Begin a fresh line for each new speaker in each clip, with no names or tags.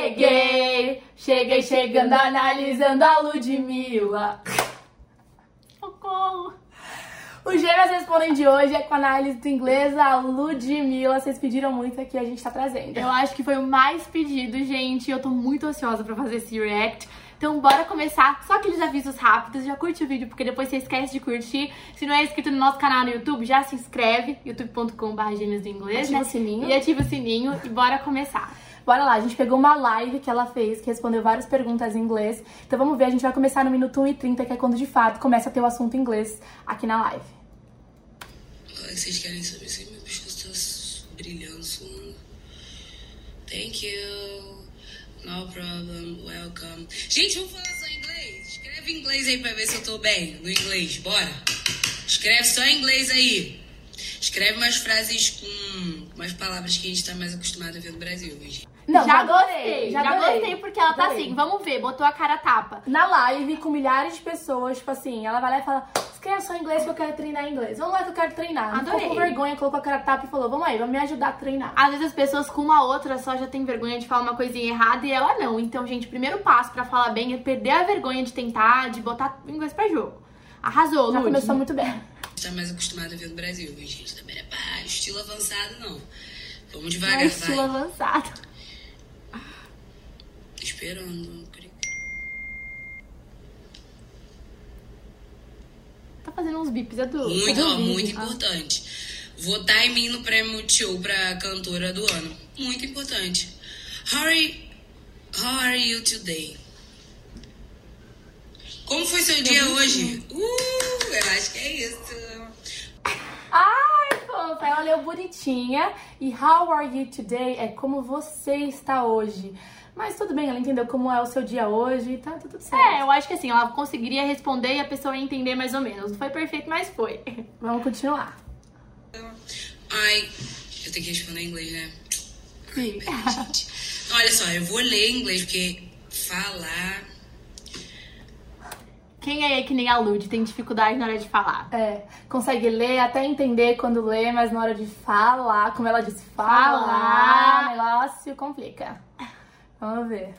Cheguei! Cheguei chegando, analisando a Ludmilla. Socorro! O Gêmeas Respondem de hoje é com a análise inglesa a Ludmilla. Vocês pediram muito aqui, a gente tá trazendo.
Eu acho que foi o mais pedido, gente. Eu tô muito ansiosa pra fazer esse react. Então bora começar. Só aqueles avisos rápidos. Já curte o vídeo, porque depois você esquece de curtir. Se não é inscrito no nosso canal no YouTube, já se inscreve. youtube.com.br gêmeos do inglês,
Ativa
né?
o sininho.
E ativa o sininho e bora começar.
Bora lá, a gente pegou uma live que ela fez, que respondeu várias perguntas em inglês. Então vamos ver, a gente vai começar no minuto 1 e 30, que é quando de fato começa a ter o assunto em inglês aqui na live.
Fala que vocês querem saber se meu bicho está s- brilhando, suando. Thank you. No problem. Welcome. Gente, vamos falar só em inglês? Escreve em inglês aí pra ver se eu tô bem no inglês. Bora. Escreve só em inglês aí. Escreve umas frases com umas palavras que a gente tá mais acostumado a ver no Brasil, gente.
Não,
já,
adorei,
gostei.
já
Já,
adorei,
gostei porque ela tá
adorei.
assim. Vamos ver, botou a cara a tapa.
na live com milhares de pessoas, tipo assim, ela vai lá e fala: escreva só inglês que eu quero treinar inglês. Vamos lá que eu quero treinar. Não Ficou
Adorei.
com vergonha, colocou a cara a tapa e falou: vamos aí, vamos me ajudar a treinar.
Às vezes as pessoas com uma outra só já tem vergonha de falar uma coisinha errada e ela não. Então, gente, primeiro passo pra falar bem é perder a vergonha de tentar, de botar inglês pra jogo. Arrasou,
Já
Lud.
começou muito bem.
tá mais acostumado a ver no Brasil, viu, gente? Também é pá, estilo avançado, não. Vamos
É
devagar,
estilo
vai.
avançado.
Esperando. Cri-
Tá fazendo uns bips, é do. é
Muito,
do
ó,
vídeo.
muito importante. Votar em mim no prêmio Tio pra cantora do ano. Muito importante. How are you, how are you today? Como foi seu dia hoje? Uh, eu acho que é isso.
Ai, fofa, ela leu bonitinha. E how are you today? É como você está hoje. Mas tudo bem, ela entendeu como é o seu dia hoje, tá, tá tudo certo.
É, eu acho que assim, ela conseguiria responder e a pessoa ia entender mais ou menos. Não foi perfeito, mas foi.
Vamos continuar.
Ai, eu tenho que responder em inglês, né?
Sim.
Gente, Olha só, eu vou ler em inglês, porque falar.
Quem é que nem a Lud tem dificuldade na hora de falar?
É, consegue ler, até entender quando lê, mas na hora de falar, como ela disse, falar,
Falar.
o negócio complica. Vamos ver.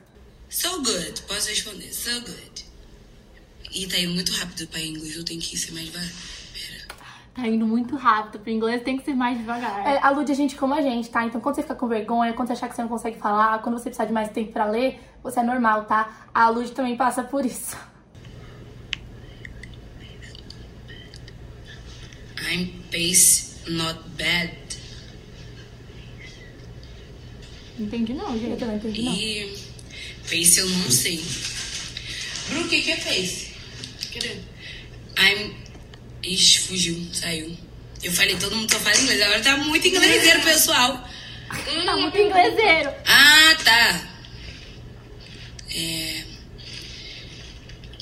So good. Posso responder? So good. E tá indo muito rápido pra inglês, eu tenho que ser mais devagar. Pera.
Tá indo muito rápido. Pro inglês tem que ser mais devagar.
É, a Lud é gente como a gente, tá? Então quando você fica com vergonha, quando você achar que você não consegue falar, quando você precisar de mais tempo pra ler, você é normal, tá? A Lud também passa por isso.
I'm pace not bad.
Não entendi, não,
Eu
gente.
também entendi, não.
E pace eu não sei. Bru, o que, que é pace? Cadê? I'm. Ixi, fugiu, saiu. Eu falei, todo mundo só fala inglês. Agora tá muito inglêsero, pessoal.
Tá muito ingleseiro.
Ah, tá. É.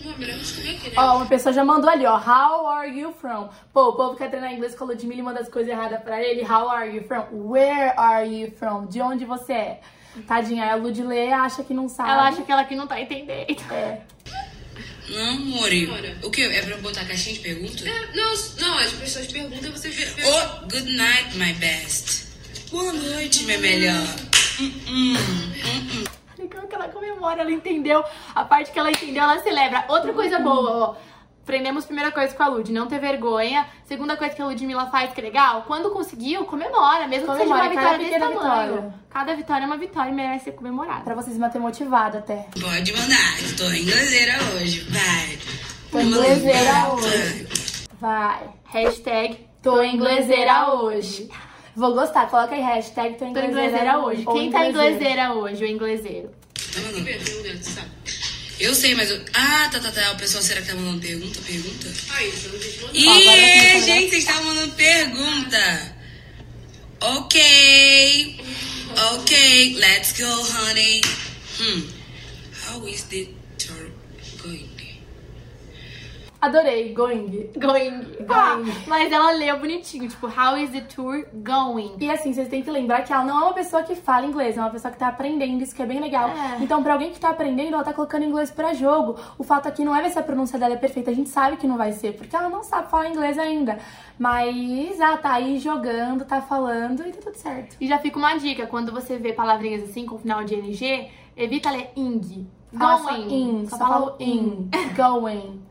Meu Deus, como é que
né?
ele é?
Ó, uma pessoa já mandou ali, ó. How are you from? Pô, o povo quer treinar inglês com a Ludmilla e manda as coisas erradas pra ele. How are you from? Where are you from? De onde você é? Tadinha, aí a Lud lê e acha que não sabe.
Ela acha que ela aqui não tá entendendo.
É.
Não, Mori. O que? É pra eu botar a caixinha de perguntas?
É, Não, não, as pessoas perguntam, você vê.
Oh, good night, my best. Boa noite, minha melhor.
E Como que ela comemora? Ela entendeu. A parte que ela entendeu, ela celebra. Outra coisa boa, ó. Aprendemos primeira coisa com a Lud, não ter vergonha. Segunda coisa que a Ludmilla faz, que é legal, quando conseguiu, comemora, mesmo que seja uma
Comemora, cada
vitória desse
pequena
tamanho.
vitória.
Cada vitória é uma vitória e merece ser comemorada.
Pra você se manter motivado até.
Pode mandar. Tô ingleseira hoje, vai.
Tô ingleseira
Vai.
hoje. Vai.
Hashtag
Tô ingleseira hoje. Vou gostar, coloca aí hashtag tô
Tô
ingleseira,
ingleseira hoje.
Ou
Quem tá ingleseira hoje, o ingleseiro?
Tá mandando Eu sei, mas eu... Ah, tá, tá, tá. O pessoal, será que tá mandando pergunta? Pergunta?
Ah, isso, eu não respondi.
Ih,
agora eu assim. tenho que mandar.
gente, vocês estão mandando pergunta. Ok. Ok, let's go, honey. Hmm. How is the tour going?
Adorei, going.
Going. Ah, mas ela leu bonitinho, tipo, how is the tour going?
E assim, vocês têm que lembrar que ela não é uma pessoa que fala inglês, é uma pessoa que tá aprendendo, isso que é bem legal.
É.
Então, pra alguém que tá aprendendo, ela tá colocando inglês pra jogo. O fato aqui não é ver se a pronúncia dela é perfeita, a gente sabe que não vai ser, porque ela não sabe falar inglês ainda. Mas ela tá aí jogando, tá falando e tá tudo certo.
E já fica uma dica, quando você vê palavrinhas assim com final de ing, evita ler ing.
Fala só
Going.
in, só fala o in. Going.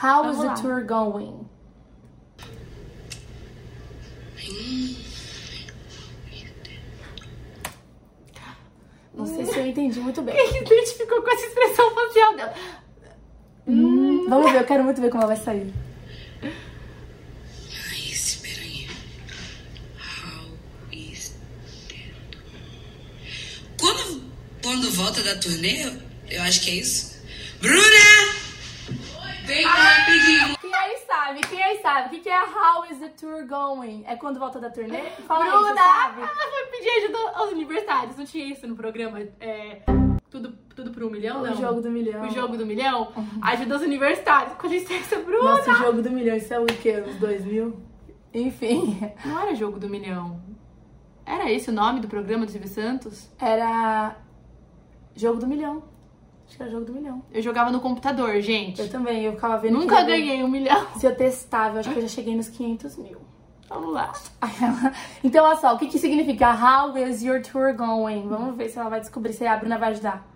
How is
Vamos lá.
the tour going? Não sei se eu entendi muito bem.
Quem se identificou com essa expressão facial dela?
Vamos ver, eu quero muito ver como ela vai sair.
Ai, espera aí. How is that? Quando, quando volta da turnê, eu acho que é isso. Bruna! Vem cá rapidinho.
Quem aí sabe? Quem aí sabe? O que, que é How is the tour going? É quando volta da turnê? Fala aí, você
Bruna!
sabe?
Ela foi pedir ajuda aos universitários. Não tinha isso no programa? É, tudo, tudo por um milhão, não?
O jogo do milhão. Uhum.
O jogo do milhão? Ajuda aos universitários. Com licença, Bruna!
Nossa, o jogo do milhão, isso é o quê? Os dois mil? Enfim,
Não era jogo do milhão. Era esse o nome do programa do Silvio Santos?
era jogo do milhão. Acho que era jogo do milhão.
Eu jogava no computador, gente.
Eu também, eu ficava vendo.
Nunca
quem-
ganhei um milhão.
Se eu testava, eu acho que eu já cheguei nos 500 mil.
Vamos lá.
Então, olha só, o que, que significa How is your tour going? Vamos ver se ela vai descobrir, se a Bruna vai ajudar.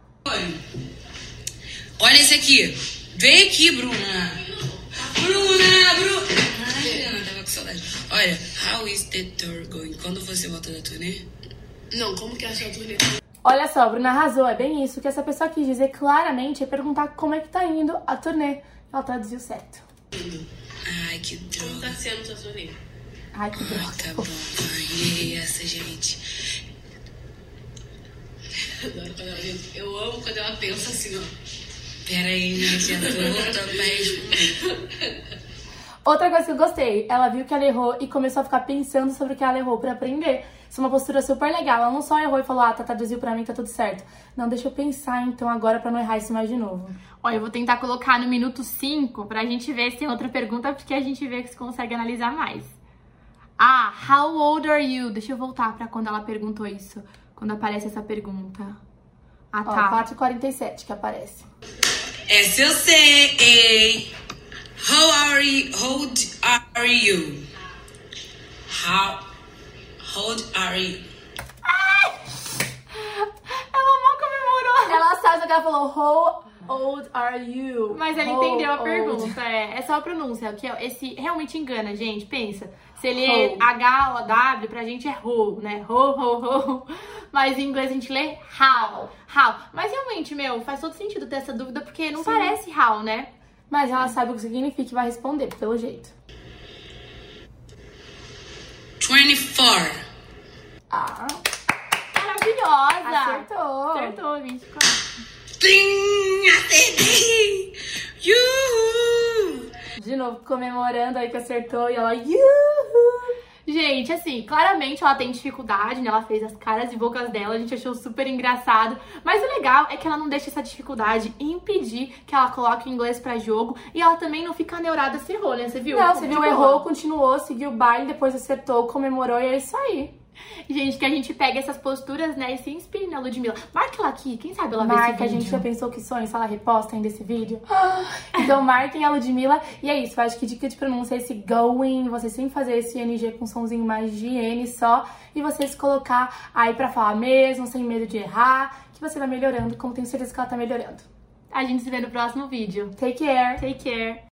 Olha esse aqui. Vem aqui, Bruna. Bruna, Bruna. Ai, Ana, tava com saudade. Olha, how is the tour going? Quando você volta da turnê?
Não, como que é a sua turnê?
Olha só, a Bruna arrasou, é bem isso. O que essa pessoa quis dizer claramente é perguntar como é que tá indo a turnê. Ela traduziu certo.
Ai, que
Como
droga.
tá sendo sua turnê?
Ai, que
Ai, tá bom.
droga.
Ai, essa, gente.
Adoro quando ela- eu, eu amo quando ela pensa assim, ó.
Pera aí, né, que eu tô voltando pra responder.
Outra coisa que eu gostei, ela viu que ela errou e começou a ficar pensando sobre o que ela errou pra aprender. Isso é uma postura super legal. Ela não só errou e falou, ah, tá, traduziu pra mim, tá tudo certo. Não, deixa eu pensar então agora pra não errar isso mais de novo.
Olha, eu vou tentar colocar no minuto 5 pra gente ver se tem outra pergunta, porque a gente vê que se consegue analisar mais. Ah, how old are you? Deixa eu voltar pra quando ela perguntou isso. Quando aparece essa pergunta. Ah,
Ó,
tá.
4h47 que aparece.
Essa eu sei, hein? How are you? How old are you? How old are you?
Ela mal comemorou.
Ela sabe só que ela falou, how old are you?
Mas ela
How
entendeu a
old?
pergunta. É, é só a pronúncia. Que é- esse realmente engana, gente. Pensa. Se ele é
Ho.
H ou W, pra gente é ho, né? Ho, ho, ho. Mas em inglês a gente lê how. How. Mas realmente, meu, faz todo sentido ter essa dúvida, porque não parece how, né?
Mas ela sabe o que significa e vai responder, pelo jeito.
24.
Ah,
Maravilhosa!
acertou.
Acertou, 24.
Trim, acertei! Yuhu!
De novo, comemorando aí que acertou e ela, yuhu!
Gente, assim, claramente ela tem dificuldade, né? Ela fez as caras e bocas dela, a gente achou super engraçado. Mas o legal é que ela não deixa essa dificuldade impedir que ela coloque o inglês pra jogo e ela também não fica neurada se errou, né? Você viu?
Não, você
De
viu,
boa.
errou, continuou, seguiu o baile, depois acertou, comemorou e é isso aí.
Gente, que a gente pega essas posturas, né? E se inspire na Ludmilla. Marca ela aqui, quem sabe ela vê esse
Marca, a
vídeo.
gente já pensou que sonho se ela reposta ainda esse vídeo. Ah, Então marquem a Ludmilla. E é isso, eu acho que dica de pronúncia é esse going, você sem fazer esse NG com um sonzinho mais de N só. E você se colocar aí pra falar mesmo, sem medo de errar, que você vai melhorando, como tenho certeza que ela tá melhorando.
A gente se vê no próximo vídeo.
Take care!
Take care.